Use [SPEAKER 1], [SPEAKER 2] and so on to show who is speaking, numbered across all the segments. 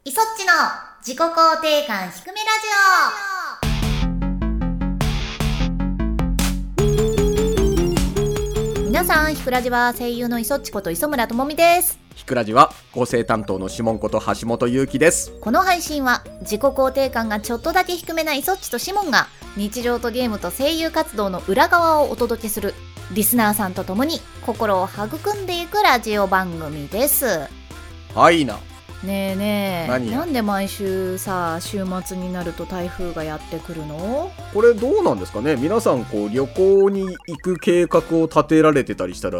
[SPEAKER 1] の自己肯定感低めラジオ皆さんひくラジは声優の磯っちこと磯村智美です
[SPEAKER 2] ひくらじは構成担当のシモンこと橋本優希です。
[SPEAKER 1] この配信は自己肯定感がちょっとだけ低めなイソッチとシモンが日常とゲームと声優活動の裏側をお届けするリスナーさんと共に心を育んでいくラジオ番組です
[SPEAKER 2] はいな。
[SPEAKER 1] ねえねえ
[SPEAKER 2] 何
[SPEAKER 1] なんで毎週さ週末になると台風がやってくるの
[SPEAKER 2] これどうなんですかね皆さんこう旅行に行く計画を立てられてたりしたら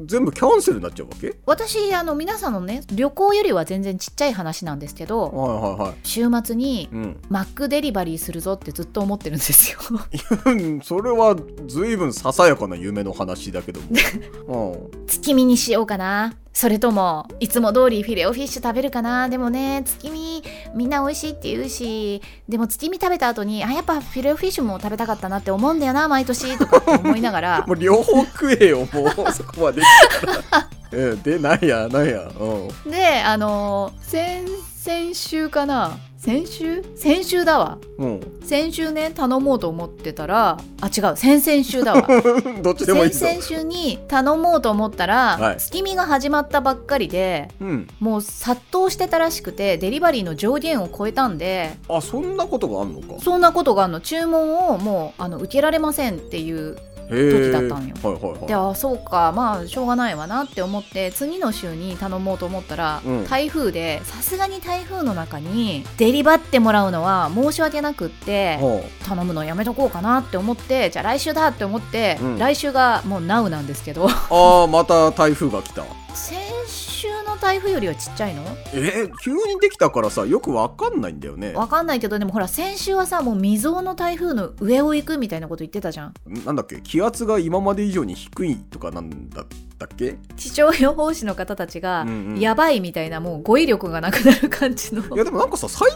[SPEAKER 2] 全部キャンセルになっちゃうわけ
[SPEAKER 1] 私あの皆さんのね旅行よりは全然ちっちゃい話なんですけど
[SPEAKER 2] はいはいはい。
[SPEAKER 1] 週末に
[SPEAKER 2] うん
[SPEAKER 1] マックデリバリーするぞってずっと思ってるんですよ
[SPEAKER 2] うん。 それは随分ささやかな夢の話だけど も。
[SPEAKER 1] 月見にしようかなそれともいつも通りフィレオフィッシュ食べるかなでもね月見みんな美味しいって言うしでも月見食べた後にあやっぱフィレオフィッシュも食べたかったなって思うんだよな毎年とかって思いなが
[SPEAKER 2] うん。
[SPEAKER 1] ら
[SPEAKER 2] もう両方食えよ、もうそこまで来たら。 えで、なんや、なんや。うん。
[SPEAKER 1] であの先先週かな先週先週だわ
[SPEAKER 2] うん。
[SPEAKER 1] 先週ね頼もうと思ってたらあ違う先々週だわ
[SPEAKER 2] どっちでもいい
[SPEAKER 1] 先
[SPEAKER 2] ぞ。
[SPEAKER 1] 々週に頼もうと思ったら、
[SPEAKER 2] はい
[SPEAKER 1] 月見が始まったばっかりで
[SPEAKER 2] うん。
[SPEAKER 1] もう殺到してたらしくてデリバリーの上限を超えたんで
[SPEAKER 2] あ、そんなことがあんのか。
[SPEAKER 1] そんなことがあんの注文をもうあの受けられませんっていう
[SPEAKER 2] へ
[SPEAKER 1] 時
[SPEAKER 2] ー
[SPEAKER 1] だったんよ
[SPEAKER 2] はいはいはい。
[SPEAKER 1] であそうかまあしょうがないわなって思って次の週に頼もうと思ったら、
[SPEAKER 2] うん
[SPEAKER 1] 台風でさすがに台風の中にデリバってもらうのは申し訳なくって
[SPEAKER 2] は
[SPEAKER 1] 頼むのやめとこうかなって思ってじゃあ来週だって思って、
[SPEAKER 2] うん
[SPEAKER 1] 来週がもう NOW なんですけど
[SPEAKER 2] ああーまた台風が来た
[SPEAKER 1] 先週の台風よりはちっちゃいの
[SPEAKER 2] えー急にできたからさよくわかんないんだよね
[SPEAKER 1] わかんないけどでもほら先週はさもう未曾有の台風の上を行くみたいなこと言ってたじゃん
[SPEAKER 2] なんだっけ気圧が今まで以上に低いとかなんだったっけ
[SPEAKER 1] 気象予報士の方たちが、
[SPEAKER 2] うんうん
[SPEAKER 1] やばいみたいなもう語彙力がなくなる感じの
[SPEAKER 2] いやでもなんかさ最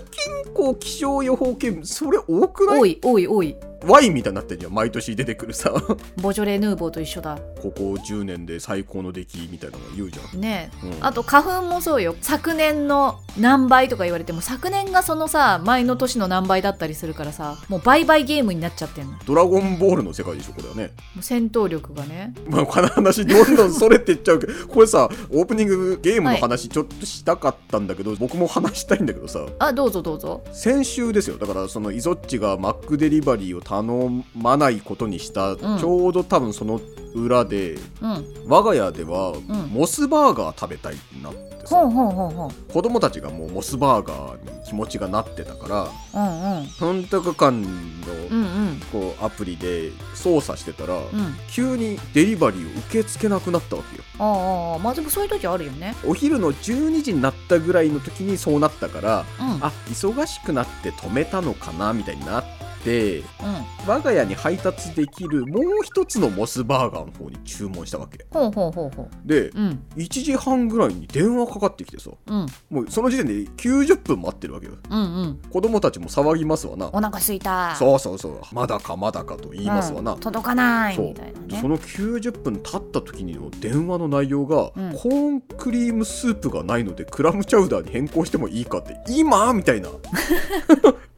[SPEAKER 2] 近こう気象予報系それ多くな
[SPEAKER 1] 多
[SPEAKER 2] い
[SPEAKER 1] い多い多い
[SPEAKER 2] ワインみたいになってんじゃん毎年出てくるさ こ
[SPEAKER 1] ボジョレ・ヌーボーと一緒だ
[SPEAKER 2] こ10年で最高の出来みたいなの言うじゃ
[SPEAKER 1] ねえ
[SPEAKER 2] ん、うん
[SPEAKER 1] あと花粉もそうよ昨年の何倍とか言われても昨年がそのさ前の年の何倍だったりするからさもう倍々ゲームになっちゃってんのも
[SPEAKER 2] ドラゴンボールの世界でしょこれはね、
[SPEAKER 1] う戦闘力がね
[SPEAKER 2] まあ、この話どんどんそれっていっちゃうけどこれさオープニングゲームの話ちょっとしたかったんだけど、僕も話したいんだけどさ
[SPEAKER 1] あどうぞどうぞ
[SPEAKER 2] 先週ですよだからそのイゾッチがマックデリバリーを頼まないことにした、
[SPEAKER 1] ん
[SPEAKER 2] ちょうど多分その裏で
[SPEAKER 1] うん
[SPEAKER 2] 我が家では
[SPEAKER 1] ん
[SPEAKER 2] モスバーガー食べたいってなってさ、
[SPEAKER 1] ほんほんほんほん
[SPEAKER 2] 子供たちがもうモスバーガーに気持ちがなってたから
[SPEAKER 1] うんうん
[SPEAKER 2] 本格館
[SPEAKER 1] う
[SPEAKER 2] の
[SPEAKER 1] んうん
[SPEAKER 2] こうアプリで操作してたら、
[SPEAKER 1] うん
[SPEAKER 2] 急にデリバリーを受け付けなくなったわけよ
[SPEAKER 1] ああああまあでもそういう時あるよね
[SPEAKER 2] お昼の12時になったぐらいの時にそうなったから
[SPEAKER 1] うんうん
[SPEAKER 2] あ忙しくなって止めたのかなみたいになって我が家に配達できるもう一つのモスバーガーの方に注文したわけ
[SPEAKER 1] ほうほうほうほう
[SPEAKER 2] で
[SPEAKER 1] うん
[SPEAKER 2] 1時半ぐらいに電話かかってきてさ
[SPEAKER 1] うん
[SPEAKER 2] もうその時点で90分待ってるわけよ
[SPEAKER 1] うんうん
[SPEAKER 2] 子供たちも騒ぎますわな
[SPEAKER 1] お腹すいた
[SPEAKER 2] そうそうそうまだかまだかと言いますわな、
[SPEAKER 1] うん届かない
[SPEAKER 2] そう
[SPEAKER 1] みたいな
[SPEAKER 2] で
[SPEAKER 1] ね
[SPEAKER 2] その90分経った時の電話の内容が、
[SPEAKER 1] うん
[SPEAKER 2] コーンクリームスープがないのでクラムチャウダーに変更してもいいかって今みたいな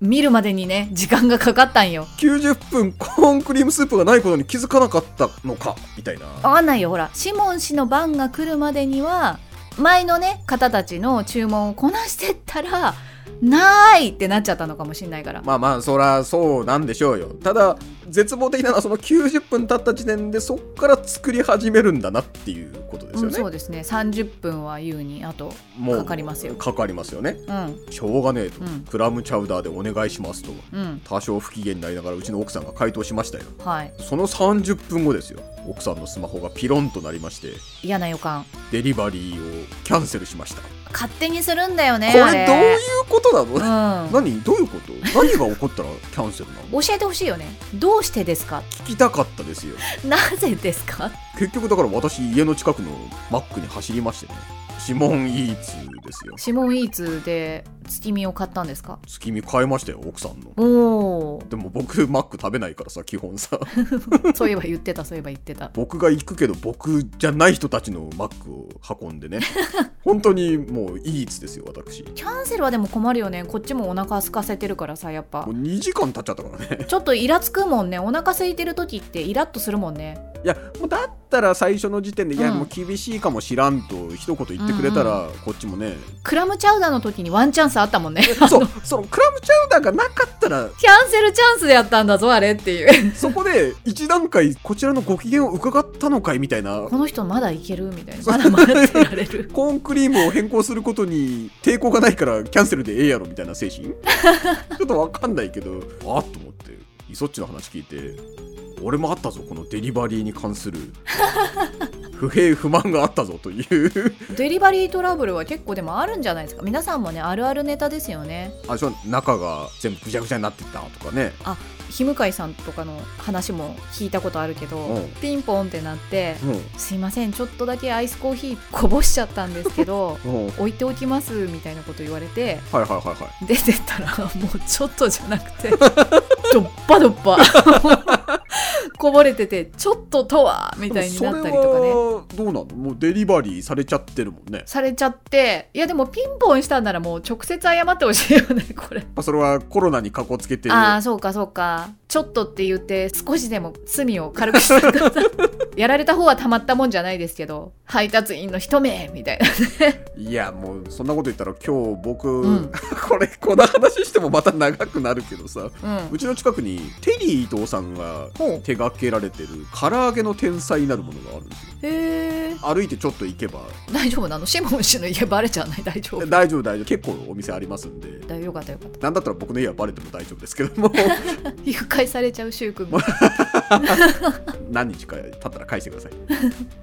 [SPEAKER 1] 見るまでにね時間がかかったんよ
[SPEAKER 2] 90分コーンクリームスープがないことに気づかなかったのかみたいな
[SPEAKER 1] わかんないよほらシモン氏の番が来るまでには前のね方たちの注文をこなしてったらなーいってなっちゃったのかもしれないから、
[SPEAKER 2] まあまあそらそうなんでしょうよただ絶望的なのはその90分経った時点でそっから作り始めるんだなっていうことです
[SPEAKER 1] う
[SPEAKER 2] よ
[SPEAKER 1] ん、
[SPEAKER 2] ね、
[SPEAKER 1] そうですね30分は優にあと
[SPEAKER 2] も
[SPEAKER 1] かかりますよ
[SPEAKER 2] かかりますよね
[SPEAKER 1] うん
[SPEAKER 2] しょうがねえ
[SPEAKER 1] う
[SPEAKER 2] と、
[SPEAKER 1] ん
[SPEAKER 2] クラムチャウダーでお願いしますと
[SPEAKER 1] うん
[SPEAKER 2] 多少不機嫌になりながらうちの奥さんが回答しましたよ
[SPEAKER 1] はい
[SPEAKER 2] その30分後ですよ奥さんのスマホがピロンとなりまして
[SPEAKER 1] 嫌な予感
[SPEAKER 2] デリバリーをキャンセルしました、
[SPEAKER 1] 勝手にするんだよね
[SPEAKER 2] こ
[SPEAKER 1] あ
[SPEAKER 2] れどういうことなの、
[SPEAKER 1] う
[SPEAKER 2] 何どういうこと何が起こったらキャンセルなの
[SPEAKER 1] ん教えてほしいよねどうしてですか
[SPEAKER 2] 聞きたかったですよ
[SPEAKER 1] なぜですか
[SPEAKER 2] 結局だから私家の近くのマックに走りましてねシモンイーツですよ
[SPEAKER 1] シモンイーツで月見を買ったんですか
[SPEAKER 2] 月見買いましたよ奥さんの
[SPEAKER 1] おお
[SPEAKER 2] でも僕マック食べないからさ基本さ
[SPEAKER 1] そういえば言ってたそういえば言ってた
[SPEAKER 2] 僕が行くけど僕じゃない人たちのマックを運んで ね本当にもういいつですよ私も
[SPEAKER 1] キャンセルはでも困るよねこっちもお腹空かせてるからさやっぱ
[SPEAKER 2] う2時間経っちゃったからね
[SPEAKER 1] ちょっとイラつくもんねお腹空いてる時ってイラッとするもんね
[SPEAKER 2] いやもうだったら最初の時点で、いや
[SPEAKER 1] うん
[SPEAKER 2] もう厳しいかもしらんと一言言ってくれたら、こっちもね
[SPEAKER 1] クラムチャウダーの時にワンチャンスあったもんね
[SPEAKER 2] そうそのクラムチャウダーがなかったら
[SPEAKER 1] キャンセルチャンスでやったんだぞあれっていう
[SPEAKER 2] そこで一段階こちらのご機嫌を伺ったのかいみたいな
[SPEAKER 1] この人まだいけるみたいなまだ待ってられ る
[SPEAKER 2] コーンクリームを変更することに抵抗がないからキャンセルでええやろみたいな精神 ちょっとわかんないけどあっと思ってイソッチの話聞いて俺もあったぞこのデリバリーに関する 不平不満があったぞという
[SPEAKER 1] デリバリートラブルは結構でもあるんじゃないですか皆さんもねあるあるネタですよね
[SPEAKER 2] あそう中が全部ぐちゃぐちゃになってたとかね
[SPEAKER 1] 日向井さんとかの話も聞いたことあるけど、
[SPEAKER 2] うん
[SPEAKER 1] ピンポンってなって
[SPEAKER 2] う
[SPEAKER 1] すいませんちょっとだけアイスコーヒーこぼしちゃったんですけ ど
[SPEAKER 2] んうんはい
[SPEAKER 1] 置いておきますみたいなこと言われて
[SPEAKER 2] はいはいは
[SPEAKER 1] 出てったらもうちょっとじゃなくてドッパドッパ こぼれててちょっととはみ
[SPEAKER 2] い
[SPEAKER 1] たいに
[SPEAKER 2] でも
[SPEAKER 1] なったりとか
[SPEAKER 2] それ
[SPEAKER 1] ね
[SPEAKER 2] はどうなのもうデリバリーされちゃってるもんね
[SPEAKER 1] されちゃっていやでもピンポンしたんならもう直接謝ってほしいよねこれ
[SPEAKER 2] やっぱそれはコロナにかこつけて
[SPEAKER 1] ああそうかそうかちょっとって言って少しでも罪を軽くしてください やられた方はたまったもんじゃないですけど配達員の一名みたいない
[SPEAKER 2] やもうそんなこと言ったら今日僕、
[SPEAKER 1] うん
[SPEAKER 2] これこんな話してもまた長くなるけどさ
[SPEAKER 1] うん
[SPEAKER 2] うちの近くにテリー伊藤さんが
[SPEAKER 1] ほう
[SPEAKER 2] 手掛けられてる唐揚げの天才なるものがあるんですよ
[SPEAKER 1] へえ
[SPEAKER 2] 歩いてちょっと行けば
[SPEAKER 1] 大丈夫なのシモン氏の家バレちゃわない大丈夫
[SPEAKER 2] 大丈夫大丈夫結構お店ありますんで
[SPEAKER 1] だよかったよかった
[SPEAKER 2] なんだったら僕の家はバレても大丈夫ですけども
[SPEAKER 1] 誘拐されちゃう柊君も
[SPEAKER 2] 何日か経ったら返して ください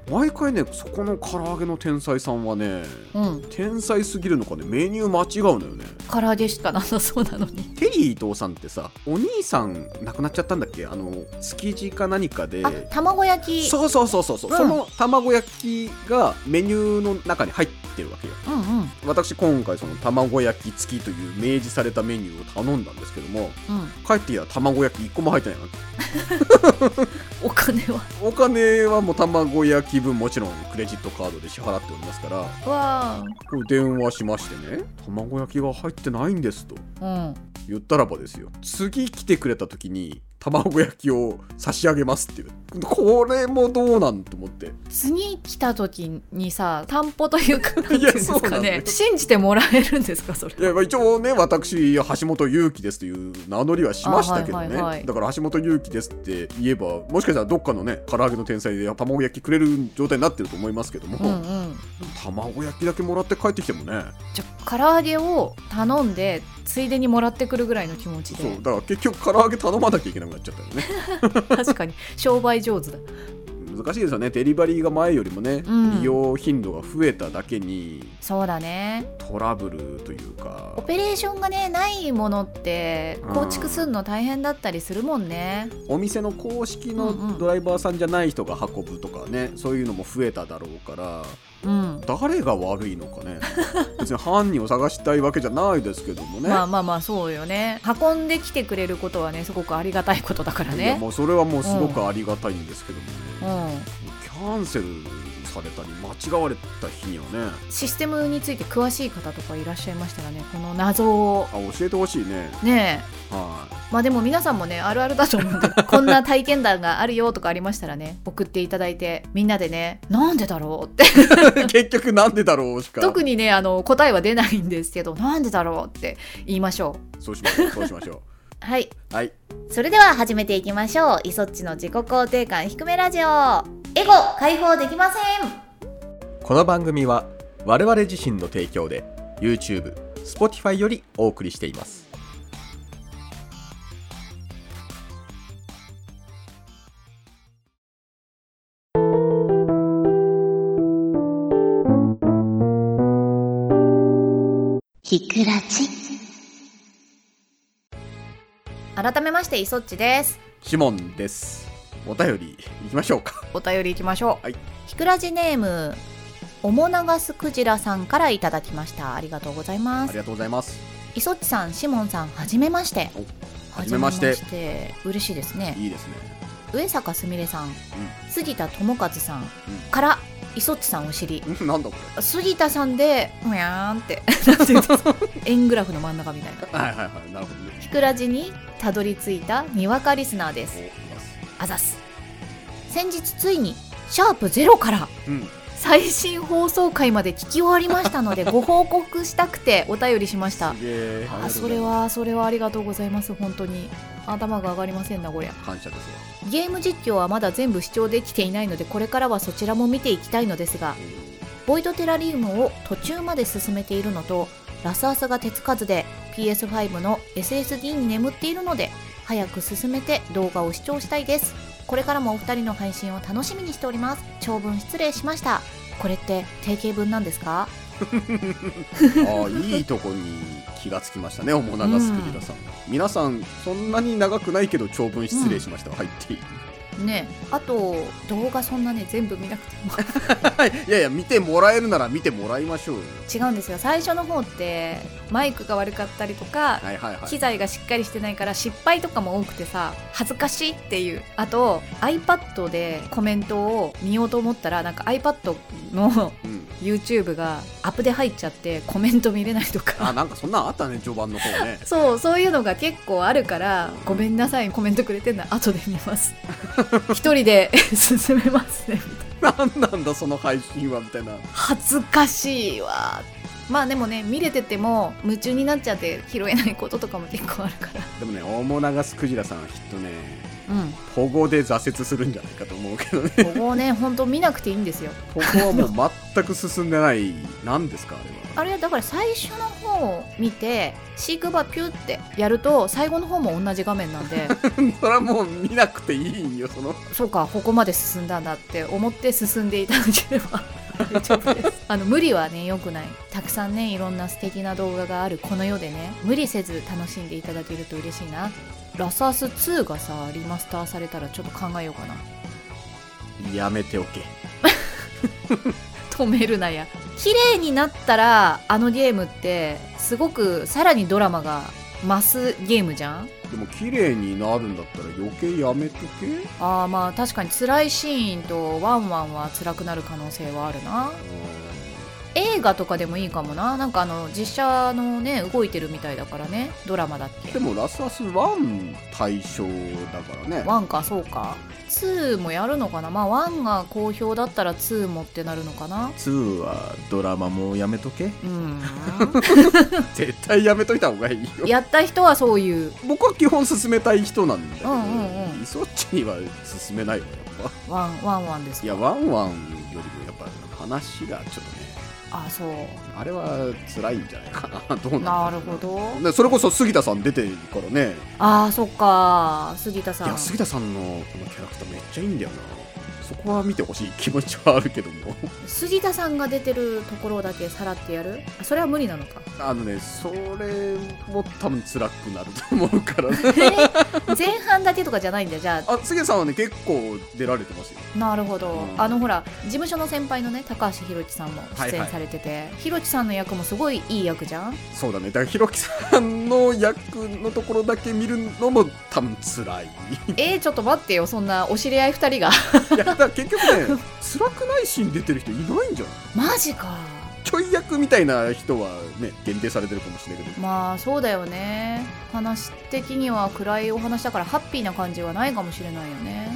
[SPEAKER 2] 毎回ねそこの唐揚げの天才さんはね
[SPEAKER 1] うん
[SPEAKER 2] 天才すぎるのかねメニュー間違うのよね
[SPEAKER 1] 唐揚げしかなさそうなのに
[SPEAKER 2] テリー伊藤さんってさお兄さん亡くなっちゃったんだっけあの築地か何かで
[SPEAKER 1] あ卵焼き
[SPEAKER 2] そうそうそうそうそう、
[SPEAKER 1] うん
[SPEAKER 2] その卵焼きがメニューの中に入ってるわけよ
[SPEAKER 1] うんうん
[SPEAKER 2] 私今回その卵焼き付きという明示されたメニューを頼んだんですけども
[SPEAKER 1] うん
[SPEAKER 2] 帰ってきたら卵焼き1個も入ってないわけ
[SPEAKER 1] お金は
[SPEAKER 2] お金はもう卵焼き分もちろんクレジットカードで支払っておりますから
[SPEAKER 1] わ
[SPEAKER 2] こう電話しましてね卵焼きが入ってないんですと
[SPEAKER 1] あうん
[SPEAKER 2] 言ったらばですよ次来てくれた時に卵焼きを差し上げますっていうこれもどうなんと思って
[SPEAKER 1] 次来た時にさ担保というかなんていうん
[SPEAKER 2] いや
[SPEAKER 1] です
[SPEAKER 2] そうな
[SPEAKER 1] か
[SPEAKER 2] んだ
[SPEAKER 1] ね
[SPEAKER 2] よ
[SPEAKER 1] 信じてもらえるんですかそれ
[SPEAKER 2] いやまあ一応ね私橋本勇樹ですという名乗りはしましたけどね、
[SPEAKER 1] あはいはいはい
[SPEAKER 2] だから橋本勇樹ですって言えばもしかしたらどっかのね唐揚げの天才で卵焼きくれる状態になってると思いますけども、
[SPEAKER 1] うんうん
[SPEAKER 2] 卵焼きだけもらって帰ってきてもね
[SPEAKER 1] じゃあ唐揚げを頼んでついでにもらってくるぐらいの気持ち
[SPEAKER 2] そう
[SPEAKER 1] で
[SPEAKER 2] だから結局唐揚げ頼まなきゃいけなくなっちゃったよね
[SPEAKER 1] 確かに商売上手だ
[SPEAKER 2] 難しいですよねデリバリーが前よりもね、
[SPEAKER 1] うん
[SPEAKER 2] 利用頻度が増えただけに
[SPEAKER 1] そうだね
[SPEAKER 2] トラブルというか
[SPEAKER 1] オペレーションがねないものって構築するの大変だったりするもんね
[SPEAKER 2] お店の公式
[SPEAKER 1] うんうん
[SPEAKER 2] のドライバーさんじゃない人が運ぶとかねそういうのも増えただろうから
[SPEAKER 1] うん
[SPEAKER 2] 誰が悪いの かね別に犯人を探したいわけじゃないですけどもね,い
[SPEAKER 1] まあ
[SPEAKER 2] や、
[SPEAKER 1] まあまあそうよね運んできてくれることはねすごくありがたいことだからね
[SPEAKER 2] もうそれはもうすごくありがたいんですけど
[SPEAKER 1] う
[SPEAKER 2] もね、
[SPEAKER 1] ん
[SPEAKER 2] キャンセルされたり間違われた日にはね
[SPEAKER 1] システムについて詳しい方とかいらっしゃいましたらねこの謎を
[SPEAKER 2] あ教えてほしいね
[SPEAKER 1] ねえ
[SPEAKER 2] はい
[SPEAKER 1] まあでも皆さんもねあるあるだと思 うんでこんな体験談があるよとかありましたらね送っていただいてみんなでねなんでだろうって
[SPEAKER 2] 結局なんでだろうしか
[SPEAKER 1] 特にねあの答えは出ないんですけどなんでだろうって言いましょう
[SPEAKER 2] そうしましょうそうしましょ
[SPEAKER 1] はいう
[SPEAKER 2] はい
[SPEAKER 1] それでは始めていきましょうイソッチの自己肯定感低めラジオエゴ解放できません
[SPEAKER 2] この番組は我々自身の提供で YouTube、Spotify よりお送りしています。
[SPEAKER 3] ひくらち。
[SPEAKER 1] 改めましてイソッチです
[SPEAKER 2] シモンです。お便り行きましょうか。
[SPEAKER 1] お便りいきましょう、
[SPEAKER 2] はい
[SPEAKER 1] ひくらじネームおもながすクジラさんからいただきましたありがとうございま
[SPEAKER 2] あ
[SPEAKER 1] す
[SPEAKER 2] りがとうございます。
[SPEAKER 1] 磯っちさんシモンさんはじめまして
[SPEAKER 2] おはじめまして
[SPEAKER 1] はじめまして嬉しいですね
[SPEAKER 2] いいですね
[SPEAKER 1] 上坂すみれさん、杉田智和さんから磯っちさんお尻
[SPEAKER 2] うんなんだこ
[SPEAKER 1] 杉田さんでうやーんって なんていうんですか円グラフの真ん中みたいな
[SPEAKER 2] れはいはいはいなるほどね
[SPEAKER 1] ひくらじにたどり着いたにわかリスナーです
[SPEAKER 2] おいます
[SPEAKER 1] あざっす先日ついにシャープゼロから
[SPEAKER 2] うん
[SPEAKER 1] 最新放送回まで聞き終わりました のでご報告したくてお便りしました
[SPEAKER 2] すげえ
[SPEAKER 1] あそれはそれはありがとうございます本当に頭が上がりませんなこりゃ
[SPEAKER 2] 感謝ですわ
[SPEAKER 1] ゲーム実況はまだ全部視聴できていないのでこれからはそちらも見ていきたいのですがボイドテラリウムを途中まで進めているのとラスアサが手つかずで PS5 の SSD に眠っているので早く進めて動画を視聴したいですこれからもお二人の配信を楽しみにしております長文失礼しましたこれって定型文なんですか
[SPEAKER 2] ああいいとこに気がつきましたねおもながスクリラさん、皆さんそんなに長くないけど長文失礼しました、入っていい
[SPEAKER 1] ねえあと動画そんなね全部見なくても
[SPEAKER 2] いやいや見てもらえるなら見てもらいましょうよ
[SPEAKER 1] 違うんですよ最初の方ってマイクが悪かったりとか
[SPEAKER 2] はいはいはい
[SPEAKER 1] 機材がしっかりしてないから失敗とかも多くてさ恥ずかしいっていうあと iPad でコメントを見ようと思ったらなんか iPad の
[SPEAKER 2] うん、
[SPEAKER 1] YouTube がアップで入っちゃってコメント見れないと
[SPEAKER 2] あ
[SPEAKER 1] か
[SPEAKER 2] なんかそんなんあったね序盤の方ね
[SPEAKER 1] そうそういうのが結構あるからごめんなさいコメントくれてんの後で見 ます一人で 進めますね
[SPEAKER 2] なんなんだその配信はみたいな
[SPEAKER 1] 恥ずかしいわまあでもね見れてても夢中になっちゃって拾えないこととかも結構あるから
[SPEAKER 2] でもねおもながスクジラさんはきっとね
[SPEAKER 1] うん
[SPEAKER 2] 保護で挫折するんじゃないかと思うけ どね
[SPEAKER 1] ここをね本当見なくていいんですよ
[SPEAKER 2] ここはもう全く進んでない何ですかあれは
[SPEAKER 1] あれだから最初の方を見て飼育場ピュってやると最後の方も同じ画面なんで
[SPEAKER 2] それはもう見なくていいんよその
[SPEAKER 1] そうかここまで進んだんだって思って進んでいただければ大丈夫です あの無理はね良くないたくさんねいろんな素敵な動画があるこの世でね無理せず楽しんでいただけると嬉しいなラサース2がさリマスターされたらちょっと考えようかな
[SPEAKER 2] やめておけ
[SPEAKER 1] 止めるなや綺麗になったらあのゲームってすごくさらにドラマが増すゲームじゃん
[SPEAKER 2] でも綺麗になるんだったら余計やめとけ
[SPEAKER 1] あーまあ確かに辛いシーンとワンワンは辛くなる可能性はあるな映画とかでもいいかもななんかあの実写のね動いてるみたいだからねドラマだっけ
[SPEAKER 2] でもラスアス1対象だからね
[SPEAKER 1] ワンかそうか2もやるのかなまあワンが好評だったら2もってなるのかな
[SPEAKER 2] 2はドラマもうやめとけ
[SPEAKER 1] うん
[SPEAKER 2] 絶対やめといた方がいいよ
[SPEAKER 1] やった人はそういう
[SPEAKER 2] 僕は基本進めたい人なんだけど、
[SPEAKER 1] うんうんうん
[SPEAKER 2] いそっちには進めないわやっぱ
[SPEAKER 1] ワンワンワンです
[SPEAKER 2] い
[SPEAKER 1] か
[SPEAKER 2] やワンワンよりもやっぱ話がちょっとね
[SPEAKER 1] あそう
[SPEAKER 2] あれは辛いんじゃないかなどうなんだろ
[SPEAKER 1] な
[SPEAKER 2] う
[SPEAKER 1] るほど
[SPEAKER 2] ねそれこそ杉田さん出てるからね
[SPEAKER 1] あーそっか杉田
[SPEAKER 2] い
[SPEAKER 1] さん
[SPEAKER 2] や杉田さんのこのキャラクターめっちゃいいんだよなそこは見てほしい気持ちはあるけども
[SPEAKER 1] 杉田さんが出てるところだけさらってやるあそれは無理なのか
[SPEAKER 2] あのねそれも多分辛くなると思うから ね
[SPEAKER 1] 前半だけとかじゃないんだじゃ
[SPEAKER 2] あ杉田さんはね結構出られてますよ
[SPEAKER 1] あなるほど、
[SPEAKER 2] うん
[SPEAKER 1] あのほら事務所の先輩のね高橋宏樹さんも出演されてて、宏樹さんの役もすごいいい役じゃん
[SPEAKER 2] そうだねだからひろきさんの役のところだけ見るのも多分 辛い
[SPEAKER 1] えー、ちょっと待ってよそんなお知り合い2人が
[SPEAKER 2] いやだから結局ね辛くないシーン出てる人いないんじゃない
[SPEAKER 1] マジか
[SPEAKER 2] ちょい役みたいな人はね限定されてるかもしれないけど
[SPEAKER 1] まあそうだよね話的には暗いお話だからハッピーな感じはないかもしれないよね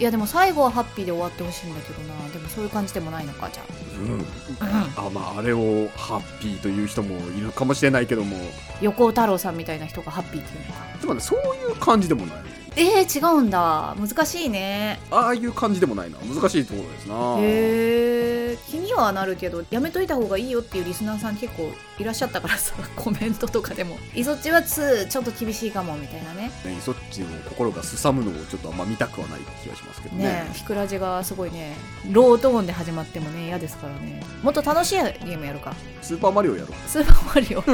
[SPEAKER 1] いやでも最後はハッピーで終わってほしいんだけどなでもそういう感じでもないのかじゃ
[SPEAKER 2] うん
[SPEAKER 1] あ、うん、
[SPEAKER 2] あまああれをハッピーという人もいるかもしれないけども
[SPEAKER 1] 横尾太郎さんみたいな人がハッピーっていうのか
[SPEAKER 2] でもねそういう感じでもない
[SPEAKER 1] えー、違うんだ難しいね
[SPEAKER 2] ああいう感じでもないな難しいところですな
[SPEAKER 1] へえ気にはなるけどやめといた方がいいよっていうリスナーさん結構いらっしゃったからさ コメントとかでも「いそっちは2ちょっと厳しいかも」みたいなね
[SPEAKER 2] ねそっちの心がすさむのをちょっとあんま見たくはない気がしますけどね
[SPEAKER 1] ねえひくらじがすごいねロートーンで始まってもね嫌ですからねもっと楽しいゲームやるか
[SPEAKER 2] スーパーマリオやろう
[SPEAKER 1] 「スーパーマリオ」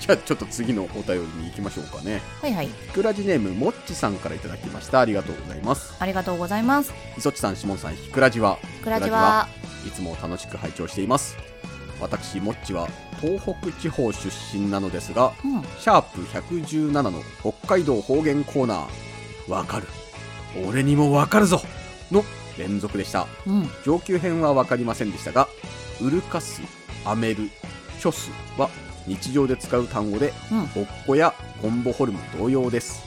[SPEAKER 2] じゃあちょっと次のお便りに行きましょうかね
[SPEAKER 1] はいはい
[SPEAKER 2] くらじネームもっちさんからいただきましたありがとうございます
[SPEAKER 1] ありがとうございます
[SPEAKER 2] いそっちさんしもんさんひくらじは
[SPEAKER 1] ひくらじは
[SPEAKER 2] ひくらじはいつも楽しく拝聴しています私もっちは東北地方出身なのですが
[SPEAKER 1] うん
[SPEAKER 2] シャープ117の北海道方言コーナーわかる俺にもわかるぞの連続でした
[SPEAKER 1] うん
[SPEAKER 2] 上級編は分かりませんでしたが「うるかす」「あめる」「チョス」は日常で使う単語で
[SPEAKER 1] うん
[SPEAKER 2] ぼっこやコンボホルム同様です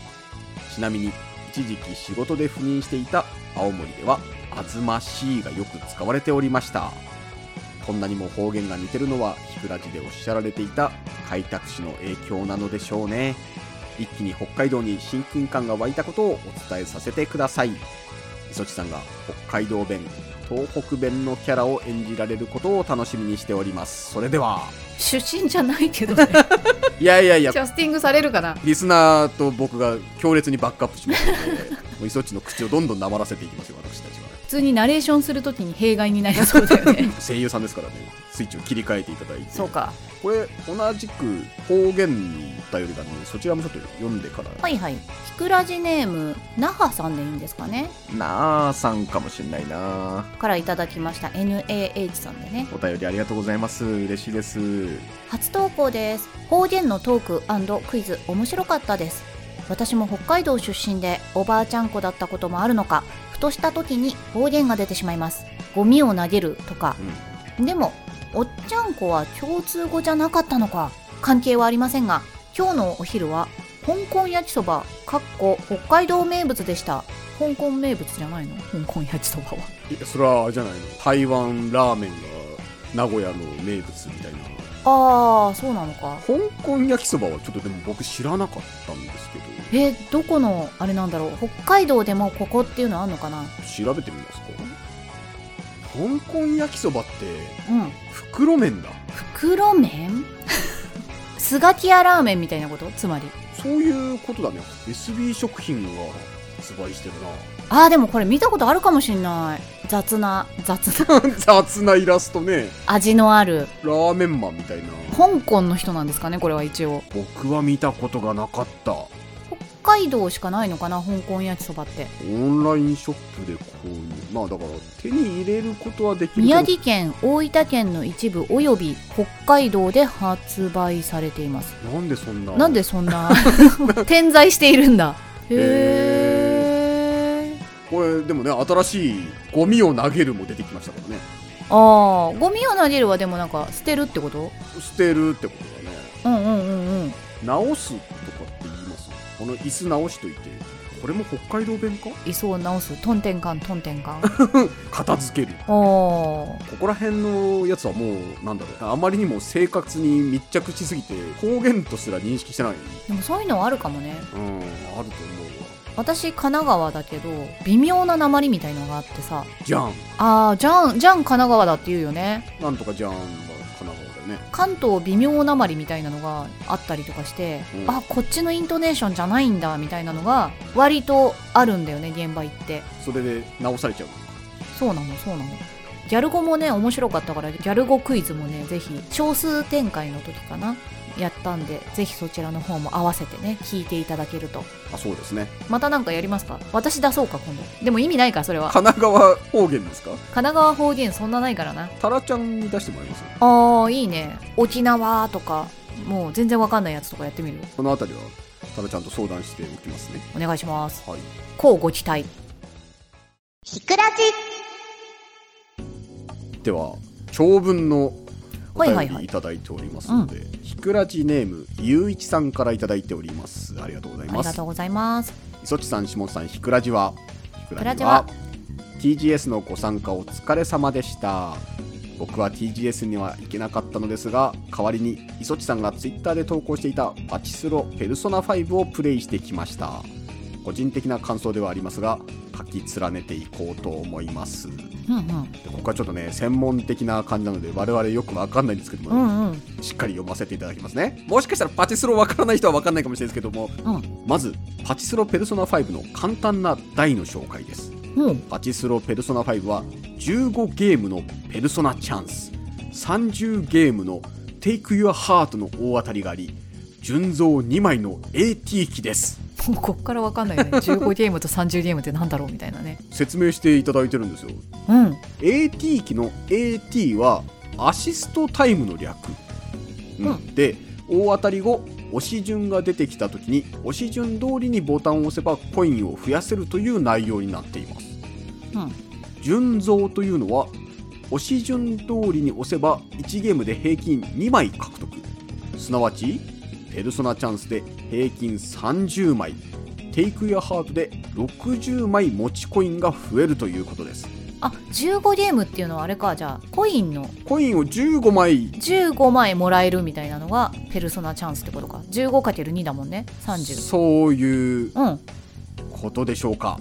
[SPEAKER 2] ちなみに一時期仕事で赴任していた青森では「あずましい」がよく使われておりましたこんなにも方言が似てるのはひくらじでおっしゃられていた開拓史の影響なのでしょうね一気に北海道に親近感が湧いたことをお伝えさせてください磯地さんが北海道弁東北弁のキャラを演じられることを楽しみにしておりますそれでは
[SPEAKER 1] 出身じゃないけどね
[SPEAKER 2] いやい やい
[SPEAKER 1] キ
[SPEAKER 2] や
[SPEAKER 1] ャスティングされるかな
[SPEAKER 2] リスナーと僕が強烈にバックアップしますのでもう磯地の口をどんどんなまらせていきますよ私たちは
[SPEAKER 1] 普通にナレーションするときに弊害になりそうだよね
[SPEAKER 2] 声優さんですからねスイッチを切り替えていただいて
[SPEAKER 1] そうか
[SPEAKER 2] これ同じく方言に頼りがあるのでそちらもちょっと読んでから
[SPEAKER 1] はいはいひくらじネーム那覇さんでいいんですかね
[SPEAKER 2] なあさんかもしんないな
[SPEAKER 1] からいただきました NAH さんでね
[SPEAKER 2] お便りありがとうございます嬉しいです
[SPEAKER 1] 初投稿です方言のトーククイズ面白かったです私も北海道出身でおばあちゃん子だったこともあるのかふとした時に方言が出てしまいますゴミを投げるとか、でもおっちゃん子は共通語じゃなかったのか関係はありませんが今日のお昼は香港焼きそばかっこ北海道名物でした香港名物じゃないの香港焼きそばはい
[SPEAKER 2] やそれはあれじゃないの台湾ラーメンが名古屋の名物みたいな
[SPEAKER 1] ああそうなのか
[SPEAKER 2] 香港焼きそばはちょっとでも僕知らなかったんですけど
[SPEAKER 1] えーどこのあれなんだろう北海道でもここっていうのあんのかな
[SPEAKER 2] 調べてみますか香港焼きそばって
[SPEAKER 1] うん
[SPEAKER 2] 袋麺だ
[SPEAKER 1] 袋麺スガキヤラーメンみたいなことつまり
[SPEAKER 2] そういうことだね SB 食品が発売してるな
[SPEAKER 1] あーでもこれ見たことあるかもしんない雑な雑な
[SPEAKER 2] 雑なイ ラストね
[SPEAKER 1] 味のある
[SPEAKER 2] ラーメンマンみたいな
[SPEAKER 1] 香港の人なんですかねこれは一応
[SPEAKER 2] 僕は見たことがなかったオ
[SPEAKER 1] 北海道しかないのかな香港焼きそばって
[SPEAKER 2] ンラインショップで購入まあだから手に入れることはできるけど
[SPEAKER 1] 宮城県大分県の一部および北海道で発売されています
[SPEAKER 2] なんでそんな
[SPEAKER 1] なんでそんな点在しているんだへえ
[SPEAKER 2] これでもね新しいゴミを投げるも出てきましたからね
[SPEAKER 1] ああゴミを投げるはでもなんか捨てるってこと
[SPEAKER 2] 捨てるってことだね
[SPEAKER 1] うんうんうんうん
[SPEAKER 2] 直すとかって言いますこの椅子直しといてこれも北海道弁か
[SPEAKER 1] 椅子を直すトンテンカントンテン カン
[SPEAKER 2] 片付ける
[SPEAKER 1] おー
[SPEAKER 2] ここら辺のやつはもうなんだろうあまりにも生活に密着しすぎて方言とすら認識してない
[SPEAKER 1] でもそういうのはあるかもね
[SPEAKER 2] うんあると思うわ
[SPEAKER 1] 私神奈川だけど微妙な鉛みたいのがあってさ
[SPEAKER 2] じゃん
[SPEAKER 1] あーじゃんじゃん神奈川だって言うよね
[SPEAKER 2] なんとかじゃんが神奈川だよね
[SPEAKER 1] 関東微妙鉛みたいなのがあったりとかして、
[SPEAKER 2] うん
[SPEAKER 1] あこっちのイントネーションじゃないんだみたいなのが割とあるんだよね現場行って
[SPEAKER 2] それで直されちゃう
[SPEAKER 1] そうなのそうなのギャル語もね面白かったからギャル語クイズもねぜひ少数展開の時かなやったんでぜひそちらの方も合わせてね聞いていただけると
[SPEAKER 2] あそうですね
[SPEAKER 1] またなんかやりますか私出そうか今度でも意味ないかそれは神
[SPEAKER 2] 神奈川方言ですか
[SPEAKER 1] 奈川方言そんなないからな
[SPEAKER 2] タラちゃんに出してもらいます
[SPEAKER 1] あーいいね沖縄とかもう全然わかんないやつとかやってみる
[SPEAKER 2] この辺りはタラちゃんと相談しておきますね
[SPEAKER 1] お願いします
[SPEAKER 2] はい
[SPEAKER 1] こうご期待
[SPEAKER 3] ひくら
[SPEAKER 2] では長文のお
[SPEAKER 1] はいはい
[SPEAKER 2] 便
[SPEAKER 1] はい
[SPEAKER 2] りいただいておりますので、ひくらじネームゆういちさんからいただいておりますありがとうござい
[SPEAKER 1] あり
[SPEAKER 2] ま
[SPEAKER 1] が
[SPEAKER 2] す
[SPEAKER 1] とうございます
[SPEAKER 2] 磯地さん下地さんひくらじはひく
[SPEAKER 1] ひくらじは
[SPEAKER 2] TGS のご参加お疲れ様でした僕は TGS には行けなかったのですが代わりに磯地さんが Twitter で投稿していたパチスロペルソナ5をプレイしてきました個人的な感想ではありますが書き連ねていこうと思います
[SPEAKER 1] うんうん
[SPEAKER 2] でここはちょっとね専門的な感じなので我々よくわかんないんですけど
[SPEAKER 1] う
[SPEAKER 2] も、
[SPEAKER 1] んうん
[SPEAKER 2] しっかり読ませていただきますねもしかしたらパチスロわからない人はわかんないかもしれないですけども
[SPEAKER 1] うん
[SPEAKER 2] まずパチスロペルソナ5の簡単な題の紹介です
[SPEAKER 1] うん
[SPEAKER 2] パチスロペルソナ5は15ゲームのペルソナチャンス30ゲームの Take Your Heart の大当たりがあり純増2枚の AT 機です
[SPEAKER 1] もうこっからわかんないよね15ゲームと30ゲームってなんだろうみたいなね
[SPEAKER 2] 説明していただいてるんですよ
[SPEAKER 1] うん
[SPEAKER 2] AT 機の AT はアシストタイムの略、うん
[SPEAKER 1] う
[SPEAKER 2] で大当たり後押し順が出てきた時に押し順通りにボタンを押せばコインを増やせるという内容になっています
[SPEAKER 1] うん
[SPEAKER 2] 順増というのは押し順通りに押せば1ゲームで平均2枚獲得すなわちペルソナチャンスで平均30枚テイクやハートで60枚持ちコインが増えるということです
[SPEAKER 1] あ15ゲームっていうのはあれかじゃあコインの
[SPEAKER 2] コインを15枚
[SPEAKER 1] 15枚もらえるみたいなのがペルソナチャンスってことか 15×2 だもんね30
[SPEAKER 2] そういう
[SPEAKER 1] うん合
[SPEAKER 2] ことでしょうか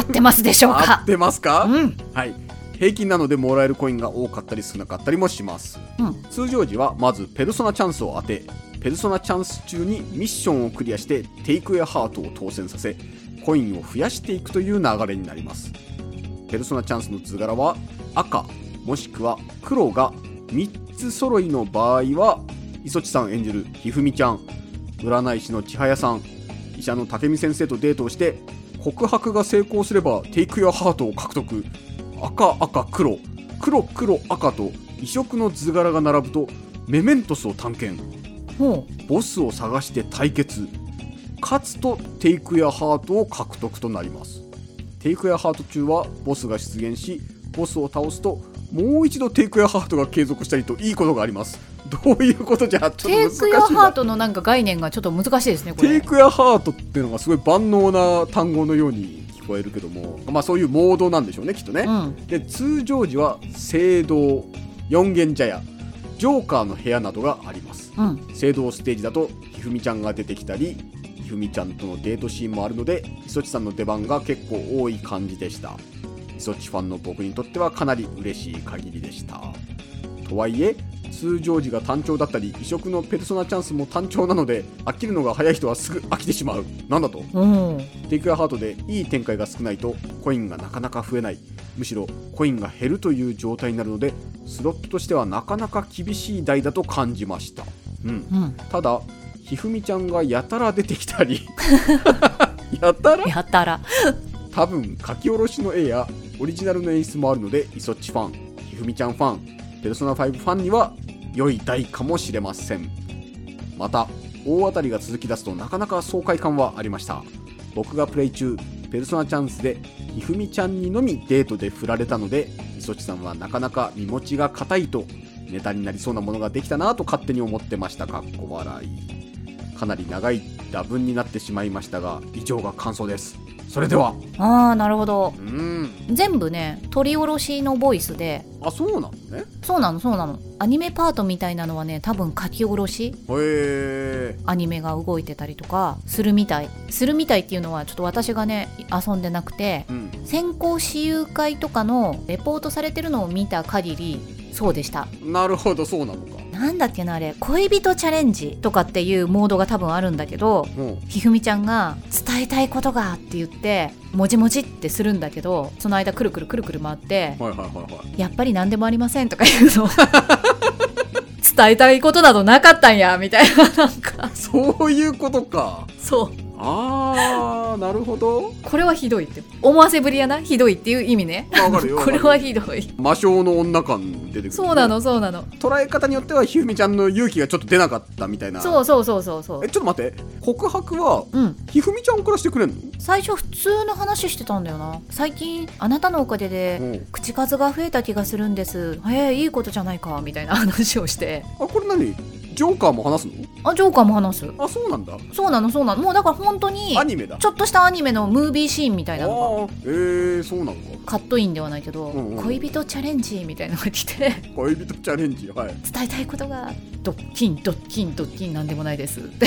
[SPEAKER 1] ってますでしょう
[SPEAKER 2] 合
[SPEAKER 1] か
[SPEAKER 2] ってますか
[SPEAKER 1] うん
[SPEAKER 2] はい平均なのでもらえるコインが多かったり少なかったりもします
[SPEAKER 1] うん
[SPEAKER 2] 通常時はまずペルソナチャンスを当てペルソナチャンス中にミッションをクリアしてテイクエアハートを当選させコインを増やしていくという流れになりますペルソナチャンスの図柄は赤もしくは黒が3つ揃いの場合は磯地さん演じるひふみちゃん占い師の千早さん医者の武見先生とデートをして告白が成功すればテイクエアハートを獲得赤赤黒黒黒赤と異色の図柄が並ぶとメメントスを探検
[SPEAKER 1] ほ
[SPEAKER 2] ボスを探して対決勝つとテイクやハートを獲得となりますテイクやハート中はボスが出現しボスを倒すともう一度テイクやハートが継続したりといいことがありますどういうことじゃ
[SPEAKER 1] う
[SPEAKER 2] ちょっと
[SPEAKER 1] テ
[SPEAKER 2] 難
[SPEAKER 1] イ
[SPEAKER 2] しい
[SPEAKER 1] クやハ
[SPEAKER 2] な
[SPEAKER 1] ートのなんか概念がちょっと難しいですねこ
[SPEAKER 2] テイ
[SPEAKER 1] れ
[SPEAKER 2] クやハートっていうのがすごい万能な単語のように聞こえるけどもまあそういうモードなんでしょうねきっとね、
[SPEAKER 1] うん
[SPEAKER 2] で通常時は聖堂四軒茶屋ジョーカーの部屋などがあります
[SPEAKER 1] うん
[SPEAKER 2] 聖堂ステージだとひふみちゃんが出てきたりひふみちゃんとのデートシーンもあるので磯地さんの出番が結構多い感じでした磯地ファンの僕にとってはかなり嬉しい限りでしたとはいえ通常時が単調だったり異色のペルソナチャンスも単調なので飽きるのが早い人はすぐ飽きてしまうなんだと
[SPEAKER 1] うん
[SPEAKER 2] テイクアハートでいい展開が少ないとコインがなかなか増えないむしろコインが減るという状態になるのでスロットとしてはなかなか厳しい台だと感じました、うん、
[SPEAKER 1] うん
[SPEAKER 2] ただひふみちゃんがやたら出てきたり やたら
[SPEAKER 1] やったら
[SPEAKER 2] 多分書き下ろしの絵やオリジナルの演出もあるのでイソッチファンひふみちゃんファンペルソナ5ファンには良い台かもしれませんまた大当たりが続き出すとなかなか爽快感はありました僕がプレイ中ペルソナチャンスでひふみちゃんにのみデートで振られたので磯地さんはなかなか身持ちが硬いとネタになりそうなものができたなと勝手に思ってましたかっこ笑いかなり長い打分になってしまいましたが以上が感想ですそれでは
[SPEAKER 1] ああなるほど
[SPEAKER 2] うん
[SPEAKER 1] 全部ね取り下ろしのボイスで
[SPEAKER 2] あそうなのねへ
[SPEAKER 1] そうなのそうなのアニメパートみたいなのはね多分書き下ろし
[SPEAKER 2] え
[SPEAKER 1] アニメが動いてたりとかするみたいするみたいっていうのはちょっと私がね遊んでなくて
[SPEAKER 2] うん
[SPEAKER 1] 先行私有会とかのレポートされてるのを見た限りそうでした
[SPEAKER 2] なるほどそうなのか
[SPEAKER 1] なんだっけなあれ恋人チャレンジとかっていうモードが多分あるんだけど
[SPEAKER 2] うん
[SPEAKER 1] ひふみちゃんが伝えたいことがって言ってもじもじってするんだけどその間くるくるくるくる回って
[SPEAKER 2] はいはいはいはい
[SPEAKER 1] やっぱり何でもありませんとか言うの 伝えたいことなどなかったんやみたいななんか
[SPEAKER 2] そういうことか
[SPEAKER 1] そう
[SPEAKER 2] あーなるほど
[SPEAKER 1] これはひどいって思わせぶりやなひどいっていう意味ね
[SPEAKER 2] わかる よ
[SPEAKER 1] これ
[SPEAKER 2] わか
[SPEAKER 1] は
[SPEAKER 2] るよ
[SPEAKER 1] ひど い
[SPEAKER 2] 魔性の女感出てくる
[SPEAKER 1] そうなのそうなの
[SPEAKER 2] 捉え方によってはひふみちゃんの勇気がちょっと出なかったみたいな
[SPEAKER 1] そううそうそうそうそう
[SPEAKER 2] えちょっと待って告白は
[SPEAKER 1] うん
[SPEAKER 2] ひふみちゃんからしてくれんの
[SPEAKER 1] 最初普通の話してたんだよな最近あなたのおかげで
[SPEAKER 2] うん
[SPEAKER 1] 口数が増えた気がするんですへえいいことじゃないかみたいな話をして
[SPEAKER 2] あこれ何ジョーカーも話す
[SPEAKER 1] あジョーカーも話す
[SPEAKER 2] のあそうなんだ
[SPEAKER 1] そうなのそうなのもうだから本当に
[SPEAKER 2] アニメだ
[SPEAKER 1] ちょっとしたアニメのムービーシーンみた
[SPEAKER 2] あ
[SPEAKER 1] いなの
[SPEAKER 2] ーえー、そうなのか
[SPEAKER 1] がカットインではないけど、
[SPEAKER 2] うんうん
[SPEAKER 1] 恋人チャレンジみたいなのが来て
[SPEAKER 2] 恋人チャレンジはい
[SPEAKER 1] 伝えたいことがドッキンドッキンドッキンなんでもないですって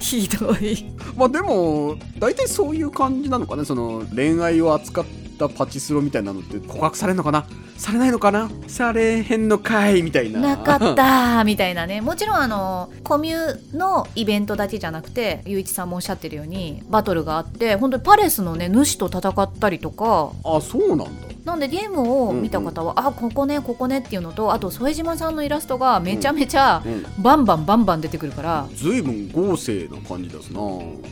[SPEAKER 1] ひどい
[SPEAKER 2] まあでも大体そういう感じなのかねその恋愛を扱ったパチスロみたいなのって告白されるのかなされないのかなされへんのかいみたい な
[SPEAKER 1] なかったみたいなねもちろんあのコミュのイベントだけじゃなくてゆういちさんもおっしゃってるようにバトルがあって本当にパレスのね主と戦ったりとか
[SPEAKER 2] あそうなんだ
[SPEAKER 1] なんでゲームを見た方は、あここねここねっていうのとあと副島さんのイラストがめちゃめちゃ
[SPEAKER 2] うん
[SPEAKER 1] バンバンバンバン出てくるから
[SPEAKER 2] ずいぶん豪勢な感じですな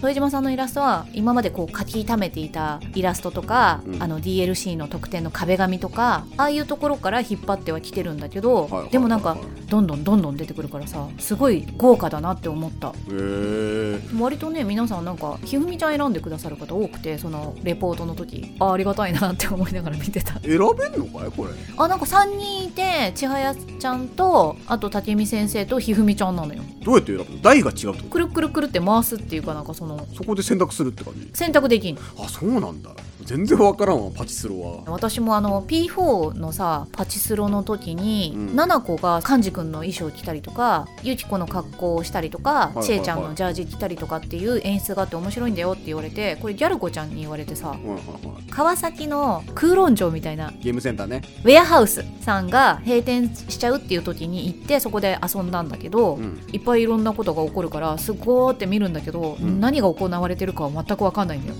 [SPEAKER 1] 副島さんのイラストは今までこう書き溜めていたイラストとか、
[SPEAKER 2] うん
[SPEAKER 1] あの DLC の特典の壁紙とかああいうところから引っ張ってはきてるんだけど、
[SPEAKER 2] はいはいはいはい
[SPEAKER 1] でもなんかどんどんどんどん出てくるからさすごい豪華だなって思った
[SPEAKER 2] へえ
[SPEAKER 1] 割とね皆さんなんかひふみちゃん選んでくださる方多くてそのレポートの時あありがたいなって思いながら見て た
[SPEAKER 2] 選べんのかいこれ
[SPEAKER 1] あなんか3人いて千早ちゃんとあと武見先生とひふみちゃんなのよ
[SPEAKER 2] どうやって選ぶの台が違うってこと
[SPEAKER 1] くるくるくるって回すっていうかなんかその
[SPEAKER 2] そこで選択するって感じ
[SPEAKER 1] 選択できん
[SPEAKER 2] あそうなんだ全然わからんわパチスロは
[SPEAKER 1] 私もあの P4 のさパチスロの時に、
[SPEAKER 2] うん
[SPEAKER 1] ナナコが幹事くんの衣装着たりとかユキコの格好をしたりとか、
[SPEAKER 2] いはいはい
[SPEAKER 1] ちえちゃんのジャージ着たりとかっていう演出があって面白いんだよって言われてこれギャル子ちゃんに言われてさ
[SPEAKER 2] はいはいは
[SPEAKER 1] 川崎の空論城みたいない
[SPEAKER 2] ゲームセンターね
[SPEAKER 1] ウェアハウスさんが閉店しちゃうっていう時に行ってそこで遊んだんだけど、
[SPEAKER 2] うん
[SPEAKER 1] いっぱいいろんなことが起こるからすごーって見るんだけど、
[SPEAKER 2] うん
[SPEAKER 1] 何が行われてるかは全くわかんないんだよ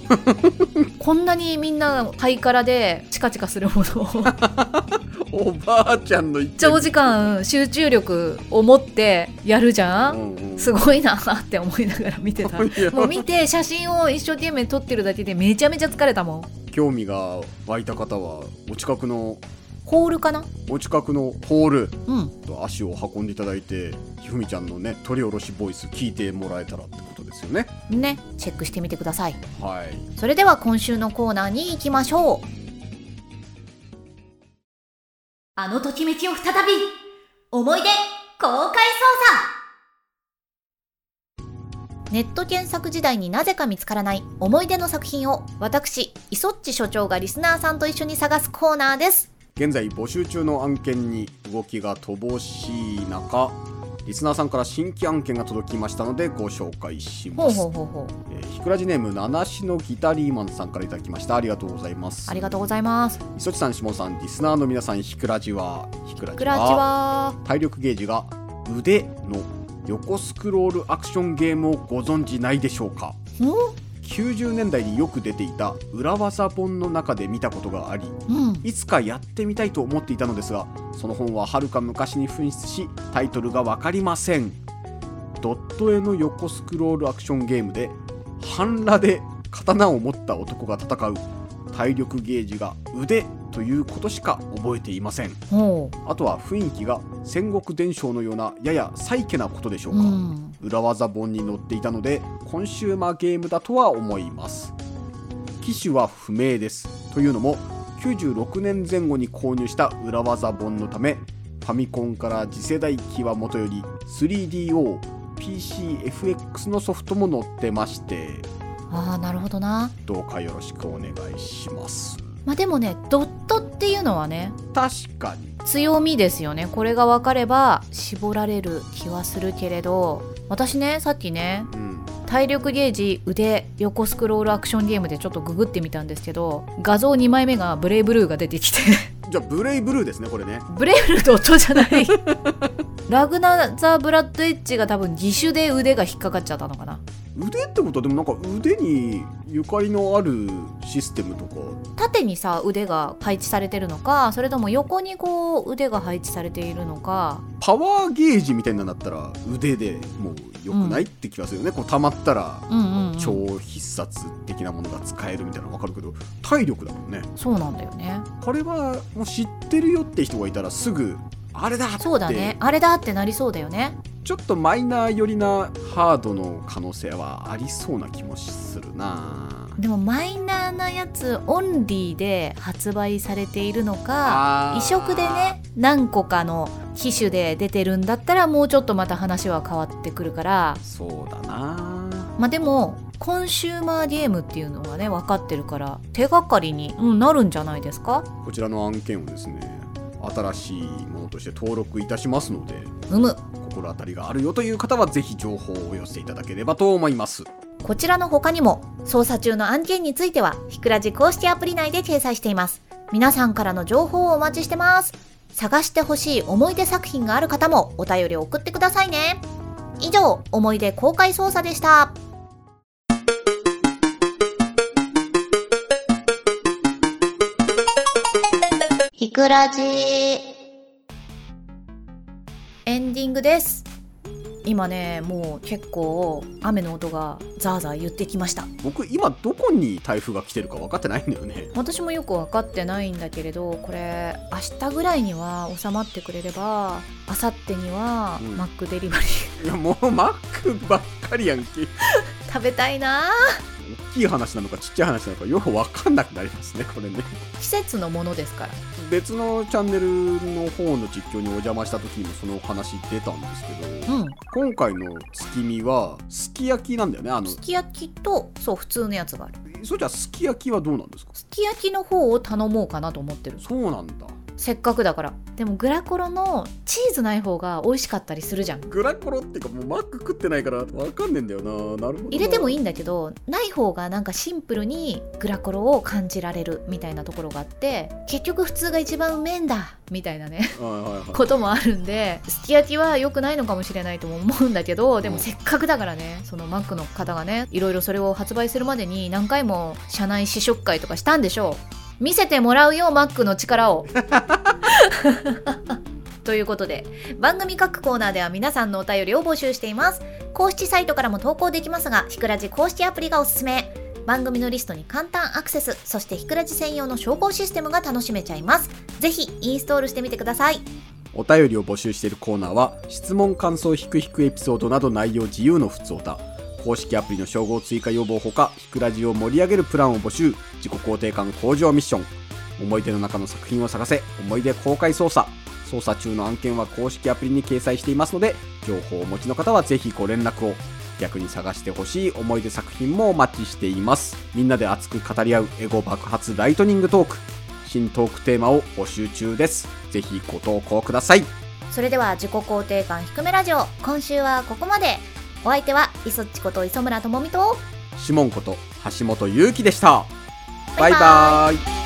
[SPEAKER 1] こんなにみんなハイカラでチカチカするものを
[SPEAKER 2] おばあちゃんの一
[SPEAKER 1] 長時間集中力を持ってやるじゃん、
[SPEAKER 2] うんうん
[SPEAKER 1] すごいなーって思いながら見て た
[SPEAKER 2] いや
[SPEAKER 1] もう見て写真を一生懸命撮ってるだけでめちゃめちゃ疲れたもん
[SPEAKER 2] 興味が湧いた方はお近くの
[SPEAKER 1] ホールかな
[SPEAKER 2] お近くのホール
[SPEAKER 1] うん
[SPEAKER 2] と足を運んでいただいてひふみちゃんのね取り下ろしボイス聞いてもらえたらってことですよね
[SPEAKER 1] ねチェックしてみてください
[SPEAKER 2] はい
[SPEAKER 1] それでは今週のコーナーに行きましょうあのときめきを再び思い出公開捜査ネット検索時代になぜか見つからない思い出の作品を私イソッチ所長がリスナーさんと一緒に探すコーナーです
[SPEAKER 2] 現在募集中の案件に動きが乏しい中リスナーさんから新規案件が届きましたのでご紹介し
[SPEAKER 1] ほ
[SPEAKER 2] ま
[SPEAKER 1] う
[SPEAKER 2] す
[SPEAKER 1] ほうほうほう
[SPEAKER 2] えーひくらじネーム七しのギタリーマンさんからいただきましたありがとうございます
[SPEAKER 1] ありがとうございます
[SPEAKER 2] 磯地さん下さんリスナーの皆さんひくらじはひくら
[SPEAKER 1] ク
[SPEAKER 2] じ
[SPEAKER 1] ラッチは
[SPEAKER 2] 体力ゲージが腕の横スクロールアクションゲームをご存知ないでしょうか
[SPEAKER 1] う
[SPEAKER 2] 90年代によく出ていた裏技本の中で見たことがあり
[SPEAKER 1] んうん
[SPEAKER 2] いつかやってみたいと思っていたのですがその本ははるか昔に紛失しタイトルが分かりませんドット絵の横スクロールアクションゲームで半裸で刀を持った男が戦う体力ゲージが腕ということしか覚えていません
[SPEAKER 1] ほ
[SPEAKER 2] あとは雰囲気が戦国伝承のようなややサイケなことでしょう
[SPEAKER 1] うう
[SPEAKER 2] か、
[SPEAKER 1] ん
[SPEAKER 2] 裏技本に載っていたのでコンシューマーゲームだとは思います機種は不明ですというのも96年前後に購入した裏技本のためファミコンから次世代機はもとより 3DOPCFX のソフトも載ってまして
[SPEAKER 1] ああなるほどな
[SPEAKER 2] どうかよろしくお願いします
[SPEAKER 1] まあでもねドットっていうのはね
[SPEAKER 2] 確かに
[SPEAKER 1] 強みですよねこれが分かれば絞られる気はするけれど私ねさっきね
[SPEAKER 2] うん
[SPEAKER 1] 体力ゲージ腕横スクロールアクションゲームでちょっとググってみたんですけど画像2枚目がブレイブルーが出てきて
[SPEAKER 2] じゃあブレイブルーですねこれね
[SPEAKER 1] ブレイブルードットじゃないラグナザ・ブラッド・エッジが多分義手で腕が引っかかっちゃったのかな
[SPEAKER 2] 腕ってことはでもなんか腕にゆかりのあるシステムとか
[SPEAKER 1] 縦にさ腕が配置されてるのかそれとも横にこう腕が配置されているのか
[SPEAKER 2] パワーゲージみたいなんだったら腕でもう良くない、って気がするよねこう溜まったら
[SPEAKER 1] うんうん、うん、
[SPEAKER 2] 超必殺的なものが使えるみたいなの分かるけど体力だもんね
[SPEAKER 1] そうなんだよね
[SPEAKER 2] これはもう知ってるよって人がいたらすぐあれだって
[SPEAKER 1] そうだねあれだってなりそうだよね
[SPEAKER 2] ちょっとマイナー寄りなハードの可能性はありそうな気もするな
[SPEAKER 1] でもマイナーなやつオンリーで発売されているのか
[SPEAKER 2] あー
[SPEAKER 1] 移植でね何個かの機種で出てるんだったらもうちょっとまた話は変わってくるから
[SPEAKER 2] そうだな
[SPEAKER 1] まあでもコンシューマーゲームっていうのはね分かってるから手がかりに、うん、なるんじゃないですか
[SPEAKER 2] こちらの案件をですね新しいものとして登録いたしますので
[SPEAKER 1] うむ
[SPEAKER 2] 心当たりがあるよという方はぜひ情報をお寄せいただければと思います
[SPEAKER 1] こちらの他にも、捜査中の案件については、ひくらじ公式アプリ内で掲載しています。皆さんからの情報をお待ちしてます。探してほしい思い出作品がある方もお便りを送ってくださいね。以上、思い出公開捜査でした。
[SPEAKER 3] くらじ
[SPEAKER 1] エンディングです今ねもう結構雨の音がザーザー言ってきました
[SPEAKER 2] 僕今どこに台風が来てるか分かってないんだよね
[SPEAKER 1] 私もよく分かってないんだけれどこれ明日ぐらいには収まってくれれば明後日には
[SPEAKER 2] うん
[SPEAKER 1] マックデリバリー
[SPEAKER 2] いやもうマックばっかりやんけ
[SPEAKER 1] 食べたいな
[SPEAKER 2] 大きい話なのかちっちゃい話なのかよく分かんなくなりますねこれね
[SPEAKER 1] 季節のものですから
[SPEAKER 2] 別のチャンネルの方の実況にお邪魔した時にもそのお話出たんですけど、
[SPEAKER 1] うん
[SPEAKER 2] 今回の月見はすき焼きなんだよねあの
[SPEAKER 1] すき焼きとそう普通のやつがある
[SPEAKER 2] それじゃあすき焼きはどうなんですか
[SPEAKER 1] すき焼きの方を頼もうかなと思ってる
[SPEAKER 2] そうなんだ
[SPEAKER 1] せっかくだからでもグラコロのチーズない方が美味しかったりするじゃん
[SPEAKER 2] グラコロっていうかもうマック食ってないから分かんねえんだよななるほど
[SPEAKER 1] 入れてもいい
[SPEAKER 2] い
[SPEAKER 1] んだけどない方がなんかシンプルにグラコロを感じられるみたいなところがあって結局普通が一番うめえんだみたいなね
[SPEAKER 2] はいはいはい
[SPEAKER 1] こともあるんですき焼きは良くないのかもしれないとも思うんだけどで
[SPEAKER 2] う
[SPEAKER 1] も
[SPEAKER 2] ん
[SPEAKER 1] せっかくだからねそのマックの方がねいろいろそれを発売するまでに何回も社内試食会とかしたんでしょう見せてもらうよマックの力 をということで番組各コーナーでは皆さんのお便りを募集しています公式サイトからも投稿できますがひくらじ公式アプリがおすすめ番組のリストに簡単アクセスそしてひくらじ専用の昇降システムが楽しめちゃいますぜひインストールしてみてください
[SPEAKER 2] お便りを募集しているコーナーは質問感想ひくひくエピソードなど内容自由のふつおた公式アプリの称号追加要望ほかひくラジを盛り上げるプランを募集自己肯定感向上ミッション思い出の中の作品を探せ思い出公開捜査捜査中の案件は公式アプリに掲載していますので情報をお持ちの方はぜひご連絡を逆に探してほしい思い出作品もお待ちしていますみんなで熱く語り合うエゴ爆発ライトニングトーク新トークテーマを募集中ですぜひご投稿ください
[SPEAKER 1] それでは自己肯定感低めラジオ今週はここまでお相手は磯っちこと磯村智美と
[SPEAKER 2] シモンこと橋本ゆうきでしたバイバ
[SPEAKER 1] バ
[SPEAKER 2] イ
[SPEAKER 1] イバ
[SPEAKER 2] イ